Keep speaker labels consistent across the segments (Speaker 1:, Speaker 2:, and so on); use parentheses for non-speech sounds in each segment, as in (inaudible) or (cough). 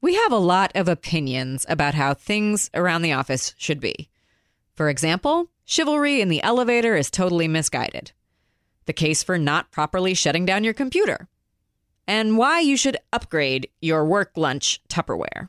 Speaker 1: We have a lot of opinions about how things around the office should be. For example, chivalry in the elevator is totally misguided. The case for not properly shutting down your computer. And why you should upgrade your work lunch Tupperware.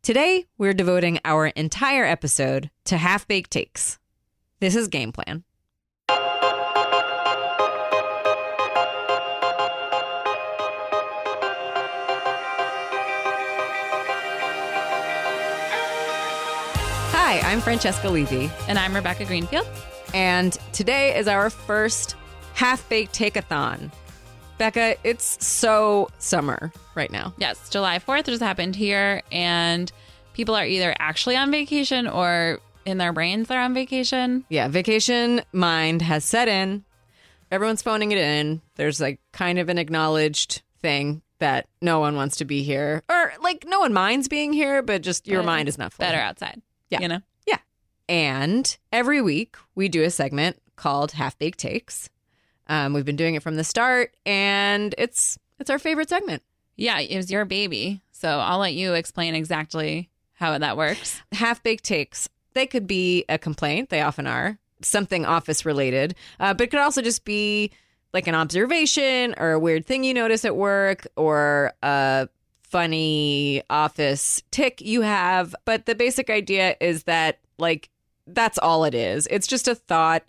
Speaker 1: Today, we're devoting our entire episode to half baked takes. This is Game Plan. Hi, I'm Francesca Levy.
Speaker 2: And I'm Rebecca Greenfield.
Speaker 1: And today is our first half baked takeathon. Becca, it's so summer right now.
Speaker 2: Yes, July 4th just happened here, and people are either actually on vacation or in their brains they're on vacation.
Speaker 1: Yeah, vacation mind has set in. Everyone's phoning it in. There's like kind of an acknowledged thing that no one wants to be here, or like no one minds being here, but just your
Speaker 2: But
Speaker 1: mind is not full.
Speaker 2: Better outside.
Speaker 1: Yeah.
Speaker 2: You know?
Speaker 1: And every week we do a segment called Half Baked Takes. Um, we've been doing it from the start, and it's it's our favorite segment.
Speaker 2: Yeah, it was your baby. So I'll let you explain exactly how that works.
Speaker 1: half baked takes. They could be a complaint, they often are, something office related, uh, but it could also just be like an observation or a weird thing you notice at work or a funny office tick you have. But the basic idea is that, like, that's all it is. It's just a thought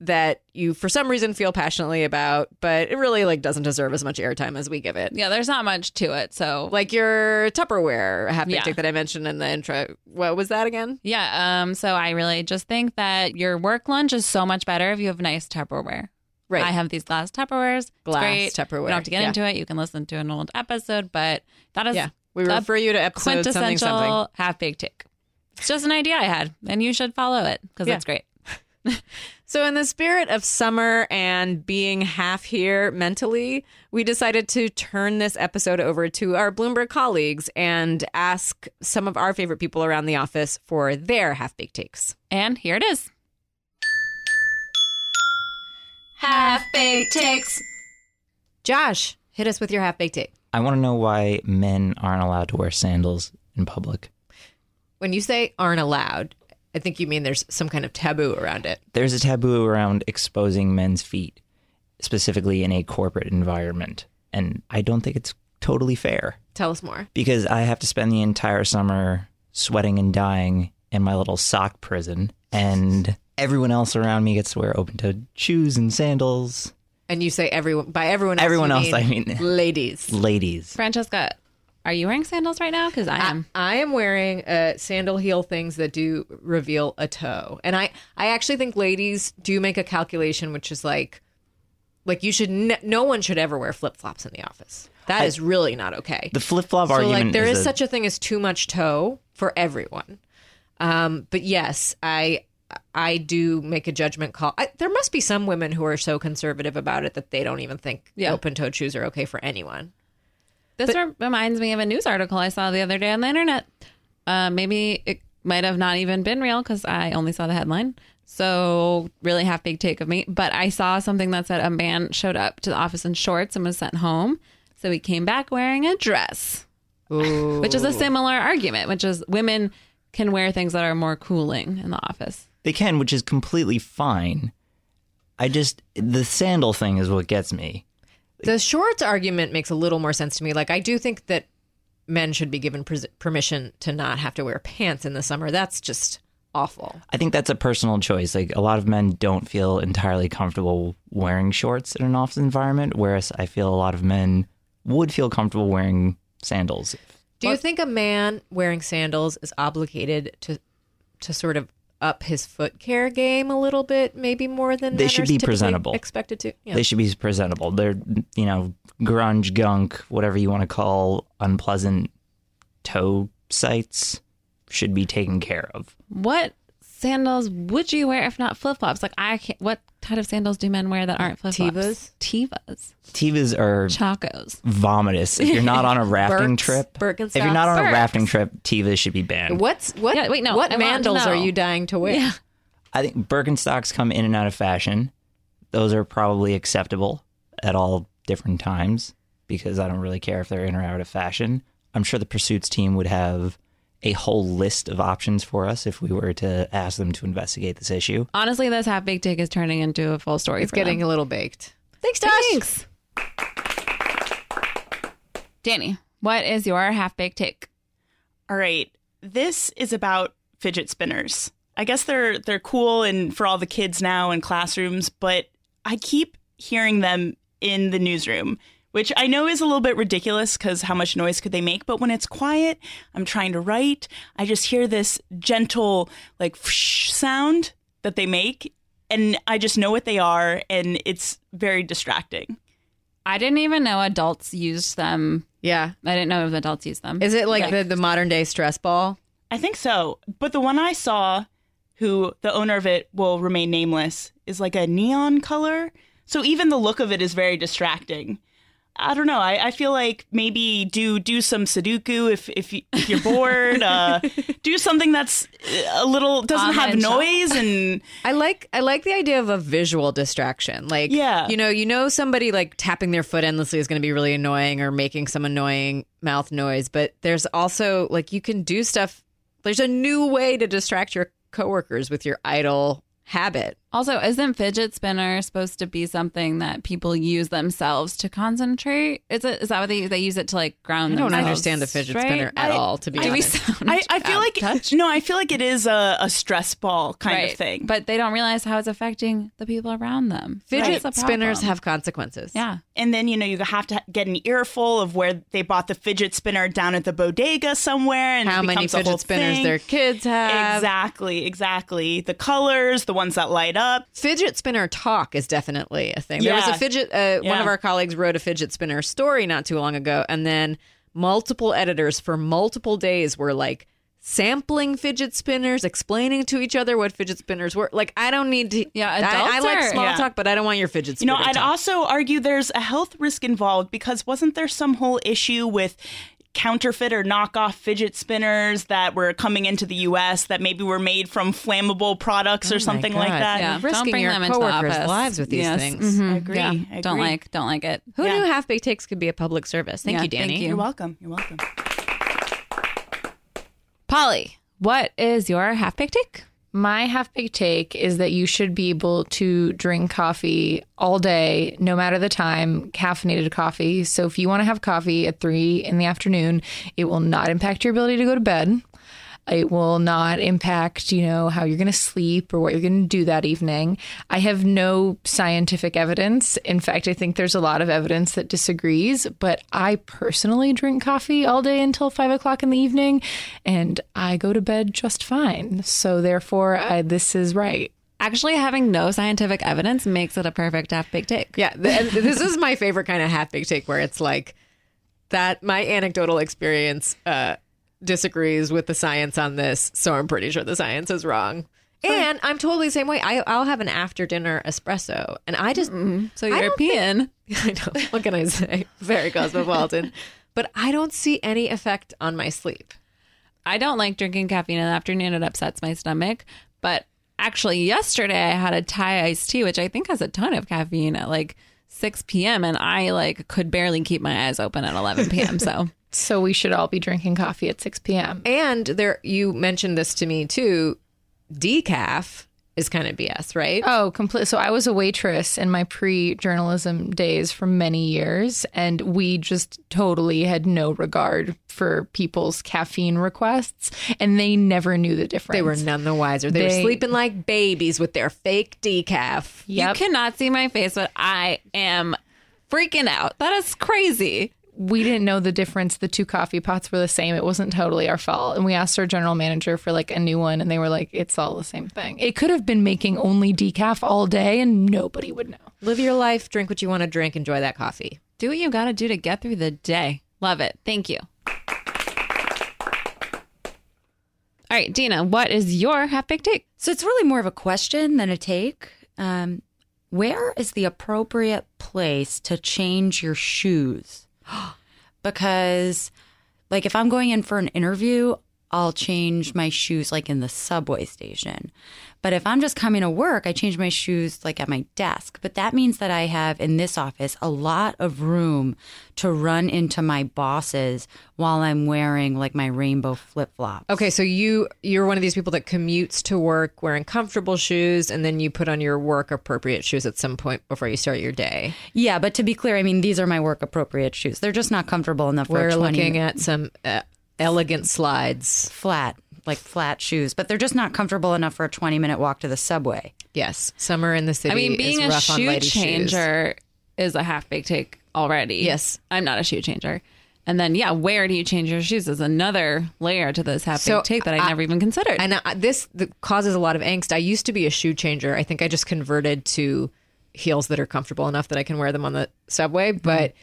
Speaker 1: that you for some reason feel passionately about but it really like doesn't deserve as much airtime as we give it
Speaker 2: Yeah, there's not much to it. So,
Speaker 1: like your tupperware half baked
Speaker 2: Yeah.
Speaker 1: tick that i mentioned in the intro what was that again
Speaker 2: yeah, um, so I really just think that your work lunch is so much better if you have nice Tupperware.
Speaker 1: Right.
Speaker 2: I have these glass Tupperwares.
Speaker 1: glass
Speaker 2: it's great.
Speaker 1: Tupperware.
Speaker 2: You don't have to get
Speaker 1: yeah.
Speaker 2: into it. You can listen to an old episode, but that is
Speaker 1: Yeah. We
Speaker 2: the
Speaker 1: refer you to episode something something.
Speaker 2: quintessential half baked take. It's just an idea I had, and you should follow it because
Speaker 1: Yeah.
Speaker 2: it's great.
Speaker 1: (laughs) So, in the spirit of summer and being half here mentally, we decided to turn this episode over to our Bloomberg colleagues and ask some of our favorite people around the office for their half baked takes.
Speaker 2: And here it is.
Speaker 1: Half baked takes. Josh, hit us with your half baked take.
Speaker 3: I want to know why men aren't allowed to wear sandals in public.
Speaker 1: When you say aren't allowed, I think you mean there's some kind of taboo around it.
Speaker 3: There's a taboo around exposing men's feet, specifically in a corporate environment. And I don't think it's totally fair
Speaker 1: Tell us more.
Speaker 3: because I have to spend the entire summer sweating and dying in my little sock prison. And everyone else around me gets to wear open toed shoes and sandals.
Speaker 1: And you say everyone by everyone else.
Speaker 3: Everyone
Speaker 1: you
Speaker 3: else, I mean- (laughs)
Speaker 1: ladies.
Speaker 3: Ladies.
Speaker 2: Francesca, are you wearing sandals right now? Because I am.
Speaker 1: I am wearing uh, sandal heel things that do reveal a toe, and I I actually think ladies do make a calculation, which is like, like you should ne- no one should ever wear flip flops in the office. That is really not okay.
Speaker 3: The flip flop
Speaker 1: so
Speaker 3: argument
Speaker 1: like there is
Speaker 3: a-
Speaker 1: such a thing as too much toe for everyone. Um, but yes, I I do make a judgment call. I, there must be some women who are so conservative about it that they don't even think
Speaker 2: Yeah.
Speaker 1: open toed shoes are okay for anyone.
Speaker 2: This re- reminds me of a news article I saw the other day on the internet. Uh, maybe it might have not even been real because I only saw the headline. So, really half baked take of me. But I saw something that said a man showed up to the office in shorts and was sent home. So, he came back wearing a dress. which is a similar argument, which is women can wear things that are more cooling in the office.
Speaker 3: They can, which is completely fine. I just, the sandal thing is what gets me.
Speaker 1: (laughs) The shorts argument makes a little more sense to me. Like, I do think that men should be given pres- permission to not have to wear pants in the summer. That's just awful.
Speaker 3: I think that's a personal choice. Like a lot of men don't feel entirely comfortable wearing shorts in an office environment, whereas I feel a lot of men would feel comfortable wearing sandals.
Speaker 1: Do you think a man wearing sandals is obligated to to sort of up his foot care game a little bit, maybe more than
Speaker 3: They
Speaker 1: men
Speaker 3: should
Speaker 1: are
Speaker 3: be
Speaker 1: typically
Speaker 3: presentable.
Speaker 1: expected to? Yeah.
Speaker 3: They should be presentable. They're, you know, grunge gunk, whatever you want to call unpleasant toe sites should be taken care of.
Speaker 2: What sandals would you wear if not flip flops? Like I can't. What type of sandals do men wear that aren't flip flops?
Speaker 1: Tevas?
Speaker 2: Tevas,
Speaker 3: Tevas are
Speaker 2: chacos.
Speaker 3: vomitous. If you're not on a rafting
Speaker 1: Birks,
Speaker 3: trip, if
Speaker 1: Birkenstocks.
Speaker 3: you're not on
Speaker 2: Birks.
Speaker 3: a rafting trip, Tevas should be banned.
Speaker 1: What's what?
Speaker 2: Yeah, wait, no,
Speaker 1: What
Speaker 2: I want to
Speaker 1: mandals are
Speaker 2: know.
Speaker 1: you dying to wear?
Speaker 2: Yeah.
Speaker 3: I think Birkenstocks come in and out of fashion. Those are probably acceptable at all different times because I don't really care if they're in or out of fashion. I'm sure the pursuits team would have a whole list of options for us if we were to ask them to investigate this issue.
Speaker 2: Honestly, this half baked take is turning into a full story.
Speaker 1: It's
Speaker 2: for
Speaker 1: getting
Speaker 2: them.
Speaker 1: a little baked. Thanks, Josh.
Speaker 2: thanks. Danny, what is your half baked take?
Speaker 4: All right. This is about fidget spinners. I guess they're they're cool and for all the kids now in classrooms, but I keep hearing them in the newsroom, which I know is a little bit ridiculous cuz how much noise could they make, but when it's quiet, I'm trying to write, I just hear this gentle like sound that they make and I just know what they are and it's very distracting.
Speaker 2: I didn't even know adults used them.
Speaker 1: Yeah.
Speaker 2: I didn't know if adults used them.
Speaker 1: Is it like the, the modern day stress ball?
Speaker 4: I think so. But the one I saw, who the owner of it will remain nameless, is like a neon color. So even the look of it is very distracting. I don't know. I, I feel like maybe do do some Sudoku if if, you, if you're bored.
Speaker 1: (laughs)
Speaker 4: uh, do something that's a little doesn't have
Speaker 2: Online shop.
Speaker 4: noise and
Speaker 1: I like I like the idea of a visual distraction. Like
Speaker 4: Yeah.
Speaker 1: you know, you know somebody like tapping their foot endlessly is going to be really annoying or making some annoying mouth noise, but there's also like you can do stuff there's a new way to distract your coworkers with your idle habit.
Speaker 2: Also, isn't fidget spinner supposed to be something that people use themselves to concentrate? Is it is that what they they use it to like ground?
Speaker 1: I don't
Speaker 2: themselves,
Speaker 1: understand the fidget
Speaker 2: right?
Speaker 1: spinner at
Speaker 4: I-
Speaker 1: all to be
Speaker 2: Do we
Speaker 1: honest.
Speaker 2: (laughs) sound?
Speaker 4: I, I feel
Speaker 2: out of
Speaker 4: like
Speaker 2: touch?
Speaker 4: no, I feel like it is a, a stress ball kind
Speaker 2: Right.
Speaker 4: of thing.
Speaker 2: but they don't realize how it's affecting the people around them.
Speaker 1: Fidget
Speaker 2: That's the
Speaker 1: spinners
Speaker 2: problem.
Speaker 1: have consequences.
Speaker 2: yeah.
Speaker 4: and then you know you have to get an earful of where they bought the fidget spinner down at the bodega somewhere and it
Speaker 1: How many
Speaker 4: becomes a whole
Speaker 1: fidget spinners
Speaker 4: thing.
Speaker 1: their kids have.
Speaker 4: Exactly, exactly. The colors, the ones that light up.
Speaker 1: Fidget spinner talk is definitely a thing. There was
Speaker 4: Yeah.
Speaker 1: a fidget. Uh, One
Speaker 4: Yeah.
Speaker 1: of our colleagues wrote a fidget spinner story not too long ago, and then multiple editors for multiple days were like sampling fidget spinners, explaining to each other what fidget spinners were. Like, I don't need to.
Speaker 2: Yeah,
Speaker 1: I, I
Speaker 2: adults
Speaker 1: like
Speaker 2: are-
Speaker 1: small
Speaker 4: yeah.
Speaker 1: talk, but I don't want your fidget
Speaker 4: You
Speaker 1: spinner.
Speaker 4: know, I'd
Speaker 1: talk.
Speaker 4: also argue there's a health risk involved because wasn't there some whole issue with counterfeit or knockoff fidget spinners that were coming into the US that maybe were made from flammable products or something like
Speaker 1: Oh God.
Speaker 4: that?
Speaker 2: Yeah,
Speaker 1: Risking
Speaker 2: don't bring
Speaker 1: your
Speaker 2: them into the
Speaker 1: coworkers'
Speaker 2: office.
Speaker 1: lives with these
Speaker 2: Yes.
Speaker 1: things.
Speaker 2: Mhm.
Speaker 4: I agree,
Speaker 2: Yeah.
Speaker 4: I
Speaker 2: Don't
Speaker 4: agree.
Speaker 2: like. Don't like it.
Speaker 1: Who
Speaker 4: Yeah.
Speaker 1: knew half baked takes could be a public service? Thank
Speaker 2: Yeah,
Speaker 1: you, Danny.
Speaker 2: thank
Speaker 4: You're
Speaker 2: you.
Speaker 4: welcome. You're welcome.
Speaker 2: Polly, what is your half baked take?
Speaker 5: My half baked take is that you should be able to drink coffee all day, no matter the time, caffeinated coffee. So if you want to have coffee at three in the afternoon, it will not impact your ability to go to bed. It will not impact, you know, how you're going to sleep or what you're going to do that evening. I have no scientific evidence. In fact, I think there's a lot of evidence that disagrees, but I personally drink coffee all day until five o'clock in the evening and I go to bed just fine. So, therefore,
Speaker 1: uh,
Speaker 5: I, this is right.
Speaker 2: Actually, having no scientific evidence makes it a perfect half baked take.
Speaker 1: Yeah, th-
Speaker 2: (laughs)
Speaker 1: and this is my favorite kind of half baked take where it's like that my anecdotal experience uh, disagrees with the science on this, so I'm pretty sure the science is wrong. And I'm totally the same way. I, I'll have an after dinner espresso, and I just
Speaker 2: So
Speaker 1: Mm-hmm. I don't
Speaker 2: European.
Speaker 1: (laughs) I know what can I say? Very (laughs) cosmopolitan, but I don't see any effect on my sleep.
Speaker 2: I don't like drinking caffeine in the afternoon. It upsets my stomach. But actually, yesterday I had a Thai iced tea, which I think has a ton of caffeine at like 6 p.m. And I like could barely keep my eyes open at 11 p.m. So
Speaker 5: So, we should all be drinking coffee at 6 p.m.
Speaker 1: And there, you mentioned this to me too. Decaf is kind of BS, right?
Speaker 5: Oh, complete. So I was a waitress in my pre-journalism days for many years, and we just totally had no regard for people's caffeine requests, and they never knew the difference.
Speaker 1: They were none the wiser. They, were
Speaker 5: They-
Speaker 1: sleeping like (laughs) babies with their fake decaf.
Speaker 5: Yep.
Speaker 2: you cannot see my face, but I am freaking out. That is crazy.
Speaker 5: we didn't know the difference. The two coffee pots were the same. It wasn't totally our fault. And we asked our general manager for like a new one, and they were like, "It's all the same thing." It could have been making only decaf all day, and nobody would know.
Speaker 1: Live your life, drink what you want to drink, enjoy that coffee.
Speaker 2: Do what you got to do to get through the day. Love it. Thank you. All right, Dina, what is your half baked take?
Speaker 6: So it's really more of a question than a take. Um, where is the appropriate place to change your (gasps) shoes? Because, like, if I'm going in for an interview, I'll change my shoes like in the subway station. But if I'm just coming to work, I change my shoes like at my desk. But that means that I have in this office a lot of room to run into my bosses while I'm wearing like my rainbow flip flop.
Speaker 1: Okay, so you you're one of these people that commutes to work wearing comfortable shoes, and then you put on your work appropriate shoes at some point before you start your day.
Speaker 6: Yeah, but to be clear, I mean, these are my work appropriate shoes. They're just not comfortable enough for
Speaker 1: We're
Speaker 6: a 20
Speaker 1: looking at some uh, elegant slides.
Speaker 6: flat, like flat shoes, but they're just not comfortable enough for a 20 minute walk to the subway.
Speaker 1: Yes, summer in the city.
Speaker 2: I mean, being
Speaker 1: is
Speaker 2: a
Speaker 1: rough on
Speaker 2: shoe
Speaker 1: lady shoes.
Speaker 2: changer is a half big take already.
Speaker 1: Yes.
Speaker 2: I'm not a shoe changer. And then, yeah, where do you change your shoes is another layer to this half big
Speaker 1: So,
Speaker 2: take that I,
Speaker 1: I-
Speaker 2: never even considered.
Speaker 1: And I, this the, causes a lot of angst. I used to be a shoe changer. I think I just converted to heels that are comfortable enough that I can wear them on the subway.
Speaker 2: Mm-hmm.
Speaker 1: But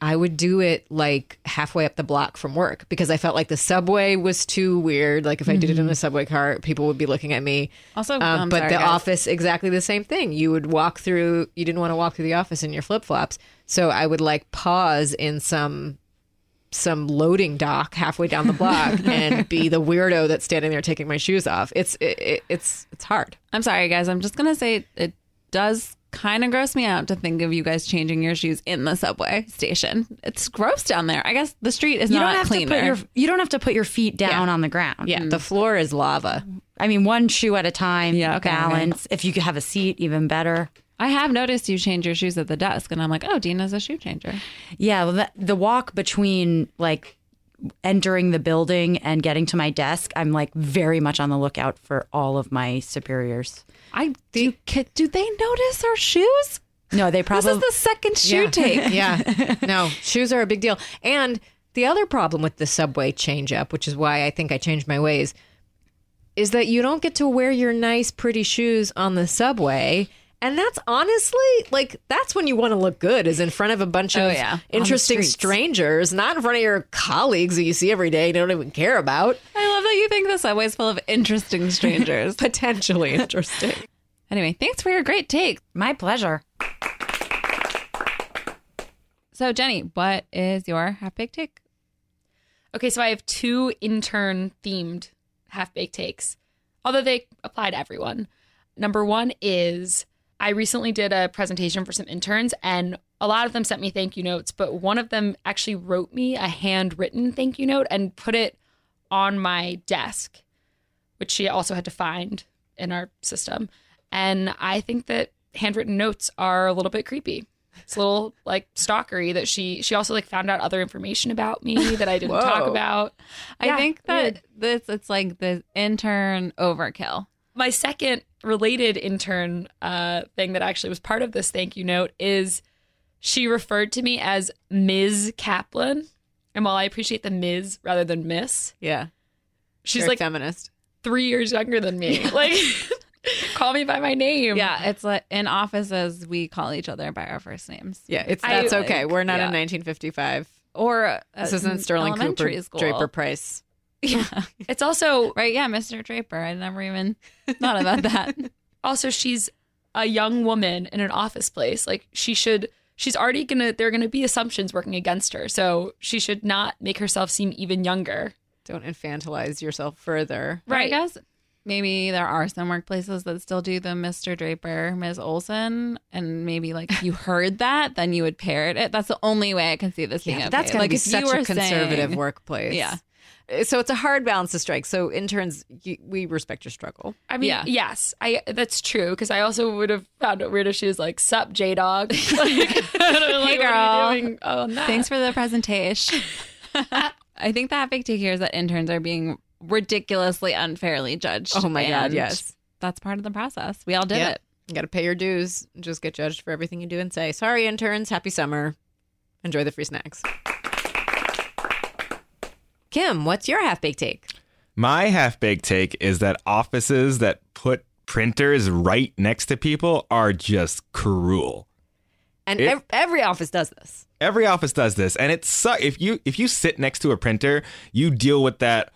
Speaker 1: I would do it like halfway up the block from work because I felt like the subway was too weird. Like if I did it
Speaker 2: Mm-hmm.
Speaker 1: in a subway car, people would be looking at me.
Speaker 2: Also,
Speaker 1: Um,
Speaker 2: I'm
Speaker 1: but
Speaker 2: sorry,
Speaker 1: the
Speaker 2: guys.
Speaker 1: office exactly the same thing. You would walk through. You didn't want to walk through the office in your flip flops, so I would like pause in some some loading dock halfway down the block and be the weirdo that's standing there taking my shoes off. It's it, it, it's it's hard.
Speaker 2: I'm sorry, guys. I'm just gonna say it does kind of gross me out to think of you guys changing your shoes in the subway station. It's gross down there. I guess the street is
Speaker 6: You
Speaker 2: not
Speaker 6: don't have
Speaker 2: cleaner.
Speaker 6: to put your you don't have to put your feet down on the ground.
Speaker 1: Yeah, the floor is lava.
Speaker 6: I mean, one shoe at a time.
Speaker 2: Yeah, okay,
Speaker 6: balance. If you could have a seat, even better.
Speaker 2: I have noticed you change your shoes at the desk, and I'm like, oh, Dina's a shoe changer.
Speaker 6: Yeah, well, that, the walk between like entering the building and getting to my desk, I'm like very much on the lookout for all of my superiors.
Speaker 2: I do. Kid, do they notice our shoes?
Speaker 6: No, they
Speaker 2: This
Speaker 6: probably
Speaker 2: is the second shoe
Speaker 1: Yeah.
Speaker 6: (laughs)
Speaker 1: (laughs)
Speaker 2: take.
Speaker 1: Yeah.
Speaker 2: (laughs)
Speaker 1: No, shoes are a big deal. And the other problem with the subway change up, which is why I think I changed my ways, is that you don't get to wear your nice, pretty shoes on the subway. And that's honestly like that's when you want to look good is in front of a bunch of
Speaker 2: Oh, yeah. On the
Speaker 1: interesting strangers, not in front of your colleagues that you see every day and don't even care about.
Speaker 2: I love that you think the subway is full of interesting
Speaker 1: (laughs)
Speaker 2: strangers.
Speaker 1: Potentially interesting.
Speaker 2: (laughs) anyway, thanks for your great take.
Speaker 6: my pleasure.
Speaker 2: So, Jenny, what is your half big take?
Speaker 7: Okay, so I have two intern themed half baked takes, although they apply to everyone. Number one is I recently did a presentation for some interns, and a lot of them sent me thank you notes, but one of them actually wrote me a handwritten thank you note and put it on my desk, which she also had to find in our system. And I think that handwritten notes are a little bit creepy. It's a little like stalkery that she she also like found out other information about me that I didn't talk
Speaker 1: Whoa.
Speaker 7: about.
Speaker 2: I
Speaker 7: Yeah,
Speaker 2: think that this it's like the intern overkill.
Speaker 7: my second related intern uh, thing that actually was part of this thank you note is she referred to me as Ms. Kaplan. And while I appreciate the Ms. rather than Miss,
Speaker 1: Yeah.
Speaker 7: she's
Speaker 1: You're a
Speaker 7: like
Speaker 1: feminist.
Speaker 7: three years younger than me. Like, call me by my name.
Speaker 2: Yeah, it's like in offices we call each other by our first names.
Speaker 1: Yeah, it's
Speaker 7: I-
Speaker 1: that's okay. We're not
Speaker 2: Yeah.
Speaker 1: in 1955.
Speaker 2: Or (laughs) uh,
Speaker 1: This isn't Sterling
Speaker 2: elementary
Speaker 1: Cooper,
Speaker 2: school.
Speaker 1: Draper Price.
Speaker 2: Yeah.
Speaker 7: It's also
Speaker 2: Right, yeah, Mr. Draper. I never even thought about that.
Speaker 7: (laughs) also she's a young woman in an office place like she should she's already gonna there are gonna be assumptions working against her so she should not make herself seem even younger
Speaker 1: Don't infantilize yourself further.
Speaker 2: But I guess maybe there are some workplaces that still do the Mr. Draper, Ms. Olson, and maybe
Speaker 1: (laughs)
Speaker 2: like you heard that, then you would parrot it. That's the only way I can see this being
Speaker 1: Yeah,
Speaker 2: okay.
Speaker 1: but that's going
Speaker 2: like
Speaker 1: to be
Speaker 2: if you
Speaker 1: such
Speaker 2: were
Speaker 1: a conservative
Speaker 2: saying-
Speaker 1: workplace.
Speaker 2: Yeah.
Speaker 1: (laughs)
Speaker 2: (laughs)
Speaker 1: Uh, So it's a hard balance to strike. So interns, you, we respect your struggle.
Speaker 7: i mean
Speaker 2: Yeah.
Speaker 7: yes i that's true because i also would have found it weird if she was like sup j-dog (laughs) like, hey
Speaker 2: girl.
Speaker 7: doing
Speaker 1: Oh,
Speaker 7: on that?
Speaker 2: Thanks for
Speaker 1: (laughs)
Speaker 2: the presentation. (laughs) I think the big take here is that interns are being ridiculously unfairly judged.
Speaker 1: Oh my God,
Speaker 2: and
Speaker 1: yes.
Speaker 2: That's part of the process. We all did
Speaker 1: Yep.
Speaker 2: it.
Speaker 1: You got to pay your dues. and Just get judged for everything you do and say, sorry, interns, happy summer. Enjoy the free snacks. Kim, what's your half baked take?
Speaker 8: My half baked take is that offices that put printers right next to people are just cruel.
Speaker 1: And
Speaker 8: It-
Speaker 1: ev- every office does this.
Speaker 8: Every office does this, and it sucks. If you if you sit next to a printer, you deal with that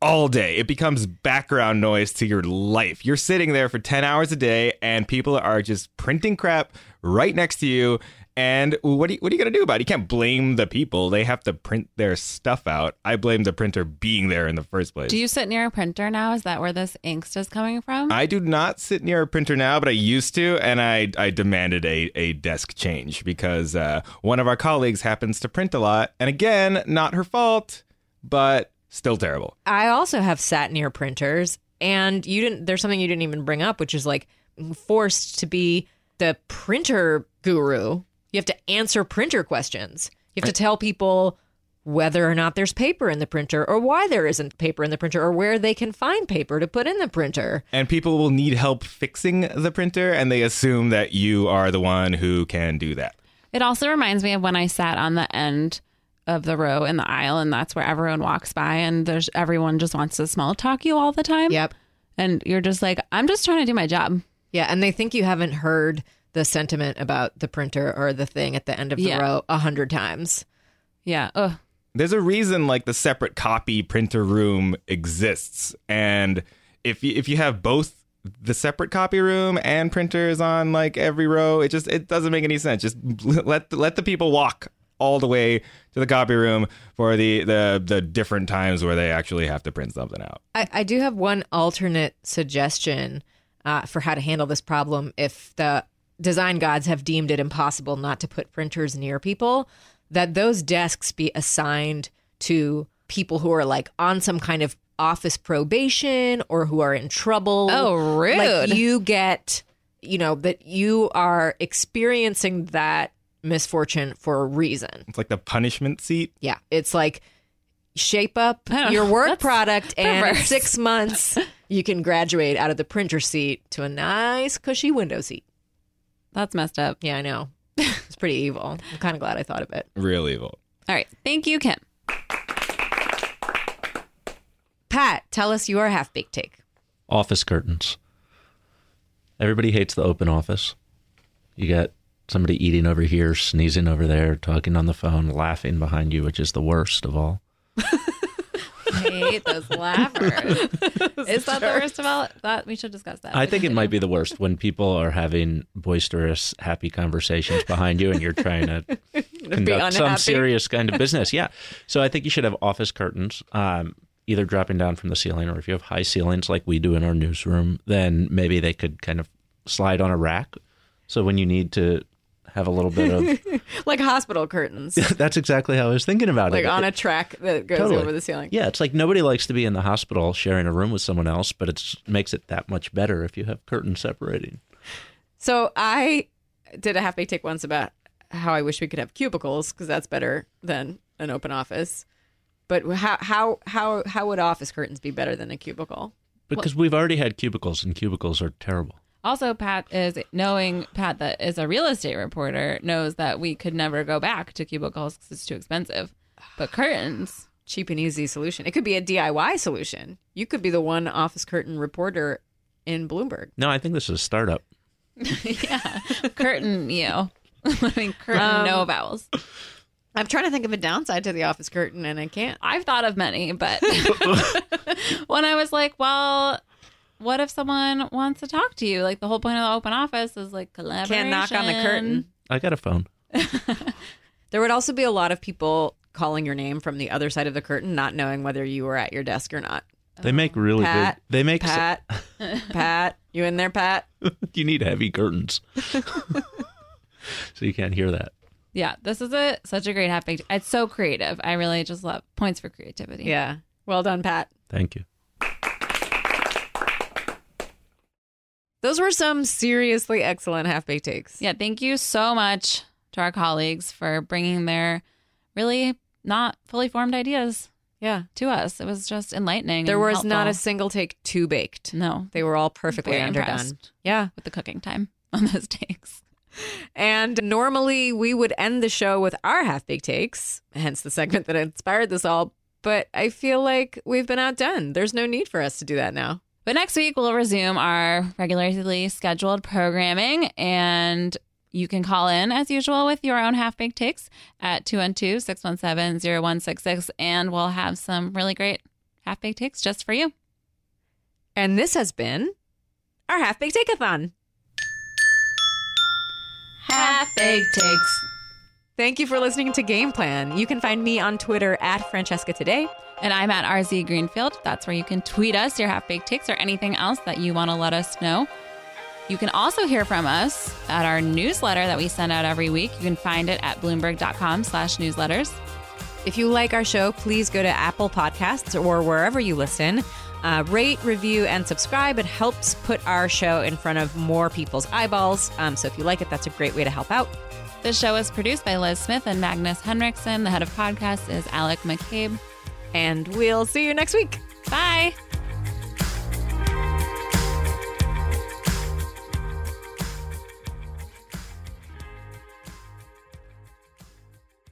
Speaker 8: all day. It becomes background noise to your life. You're sitting there for ten hours a day, and people are just printing crap right next to you, And what are you, what are you going to do about it? You can't blame the people. They have to print their stuff out. I blame the printer being there in the first place.
Speaker 2: Do you sit near a printer now? Is that where this angst is coming from?
Speaker 8: I do not sit near a printer now, but I used to, and I, I demanded a, a desk change because uh, one of our colleagues happens to print a lot. And again, not her fault, but still terrible.
Speaker 1: I also have sat near printers, and you didn't. There's something you didn't even bring up, which is like forced to be the printer guru. You have to answer printer questions. You have to tell people whether or not there's paper in the printer, or why there isn't paper in the printer, or where they can find paper to put in the printer.
Speaker 8: And people will need help fixing the printer, and they assume that you are the one who can do that.
Speaker 2: It also reminds me of when I sat on the end of the row in the aisle, and that's where everyone walks by, and there's everyone just wants to small talk you all the time.
Speaker 1: Yep.
Speaker 2: And you're just like, I'm just trying to do my job.
Speaker 1: Yeah, and they think you haven't heard the sentiment about the printer or the thing at the end of the
Speaker 2: Yeah.
Speaker 1: row a hundred times.
Speaker 2: Yeah. Ugh.
Speaker 8: there's a reason like the separate copy printer room exists and if you, if you have both the separate copy room and printers on like every row it just it doesn't make any sense just (laughs) let the, let the people walk all the way to the copy room for the, the the different times where they actually have to print something out
Speaker 1: I, I do have one alternate suggestion uh, for how to handle this problem if the design gods have deemed it impossible not to put printers near people, that those desks be assigned to people who are like on some kind of office probation or who are in trouble.
Speaker 2: Oh, rude.
Speaker 1: Like you get, you know, that you are experiencing that misfortune for a reason.
Speaker 8: it's like the punishment seat
Speaker 1: Yeah. It's like shape up
Speaker 2: I don't
Speaker 1: your
Speaker 2: know.
Speaker 1: work
Speaker 2: That's
Speaker 1: product and in
Speaker 2: perverse. (laughs)
Speaker 1: six months you can graduate out of the printer seat to a nice cushy window seat.
Speaker 2: That's messed up.
Speaker 1: Yeah, I know. It's pretty evil. I'm kind of glad I thought of it.
Speaker 8: real evil
Speaker 2: All right. Thank you, Kim.
Speaker 1: Pat, tell us your half baked take.
Speaker 9: office curtains. Everybody hates the open office. You got somebody eating over here, sneezing over there, talking on the phone, laughing behind you, which is the worst of all.
Speaker 2: I hate those laughers. is that the worst of all? That we should discuss that.
Speaker 9: I think it might be the worst when people are having boisterous, happy conversations behind you and you're trying
Speaker 1: (laughs)
Speaker 9: to conduct some
Speaker 1: unhappy.
Speaker 9: serious kind of business. Yeah. So I think you should have office curtains, um, either dropping down from the ceiling or if you have high ceilings like we do in our newsroom, then maybe they could kind of slide on a rack. So when you need to have a little bit
Speaker 1: (laughs)
Speaker 9: of
Speaker 1: Like hospital curtains,
Speaker 9: That's exactly how um, I was thinking about
Speaker 1: like
Speaker 9: it.
Speaker 1: on a
Speaker 9: It-
Speaker 1: track that goes
Speaker 9: Totally.
Speaker 1: over the ceiling.
Speaker 9: yeah, it's like nobody likes to be in the hospital sharing a room with someone else, but it makes it that much better if you have curtains separating.
Speaker 1: So I did a half baked take once about how I wish we could have cubicles because that's better than an open office. But how how how how would office curtains be better than a cubicle?
Speaker 9: Because we've already had cubicles, and cubicles are terrible.
Speaker 2: Also, Pat is knowing Pat that is a real estate reporter knows that we could never go back to cubicles because it's too expensive. But curtains,
Speaker 1: cheap and easy solution. It could be a DIY solution. You could be the one office curtain reporter in Bloomberg.
Speaker 9: No, I think this is a startup.
Speaker 2: yeah, (laughs) curtain you. (laughs) I mean, curtain
Speaker 1: Um,
Speaker 2: no vowels.
Speaker 1: I'm trying to think of a downside to the office curtain, and I can't.
Speaker 2: I've thought of many, but when I was like, well, what if someone wants to talk to you? Like the whole point of the open office is like collaboration.
Speaker 1: Can't knock on the curtain.
Speaker 9: I got a phone.
Speaker 1: There would also be a lot of people calling your name from the other side of the curtain, not knowing whether you were at your desk or not.
Speaker 9: They make really
Speaker 1: Pat,
Speaker 9: big. They make.
Speaker 1: Pat,
Speaker 9: (laughs)
Speaker 1: Pat, you in there, Pat?
Speaker 9: you need heavy curtains, so you can't hear that.
Speaker 2: Yeah, this is a such a great happy. It's so creative. I really just love points for creativity.
Speaker 1: Yeah, well done, Pat.
Speaker 9: Thank you.
Speaker 1: Those were some seriously excellent half baked takes.
Speaker 2: Yeah, thank you so much to our colleagues for bringing their really not fully formed ideas
Speaker 1: yeah.
Speaker 2: to us. It was just enlightening.
Speaker 1: There
Speaker 2: and
Speaker 1: was not a
Speaker 2: helpful.
Speaker 1: single take too baked.
Speaker 2: no
Speaker 1: They were all perfectly
Speaker 2: Very
Speaker 1: underdone.
Speaker 2: impressed.
Speaker 1: Yeah.
Speaker 2: with the cooking time (laughs) on those takes.
Speaker 1: And normally we would end the show with our half baked takes, hence the segment that inspired this all. But I feel like we've been outdone. There's no need for us to do that now.
Speaker 2: But next week we'll resume our regularly scheduled programming and you can call in as usual with your own half baked takes at 212 617 0166, and we'll have some really great half baked takes just for you.
Speaker 1: And this has been our half baked takeathon.
Speaker 2: Half baked takes.
Speaker 1: Thank you for listening to Game Plan. You can find me on Twitter at Francesca Today.
Speaker 2: And I'm at RZ Greenfield. That's where you can tweet us your half baked takes or anything else that you want to let us know. You can also hear from us at our newsletter that we send out every week. You can find it at bloomberg.com slash newsletters.
Speaker 1: If you like our show, please go to Apple Podcasts or wherever you listen. Uh, rate, review, and subscribe. It helps put our show in front of more people's eyeballs. Um, so if you like it, that's a great way to help out.
Speaker 2: The show is produced by Liz Smith and Magnus Henriksen. The head of podcasts is Alec McCabe.
Speaker 1: And we'll see you next week.
Speaker 2: Bye.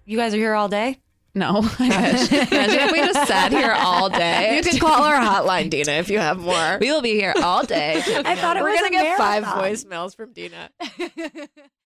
Speaker 6: You guys are here all day?
Speaker 2: No, (laughs) I wish. Imagine if we just sat here all
Speaker 6: (laughs)
Speaker 2: day.
Speaker 1: You can call our hotline, Dina, if you have more.
Speaker 2: We will be here all day.
Speaker 1: (laughs) I thought it
Speaker 2: We're
Speaker 1: was
Speaker 2: gonna
Speaker 1: a
Speaker 2: get five
Speaker 1: marathon.
Speaker 2: voicemails from Dina.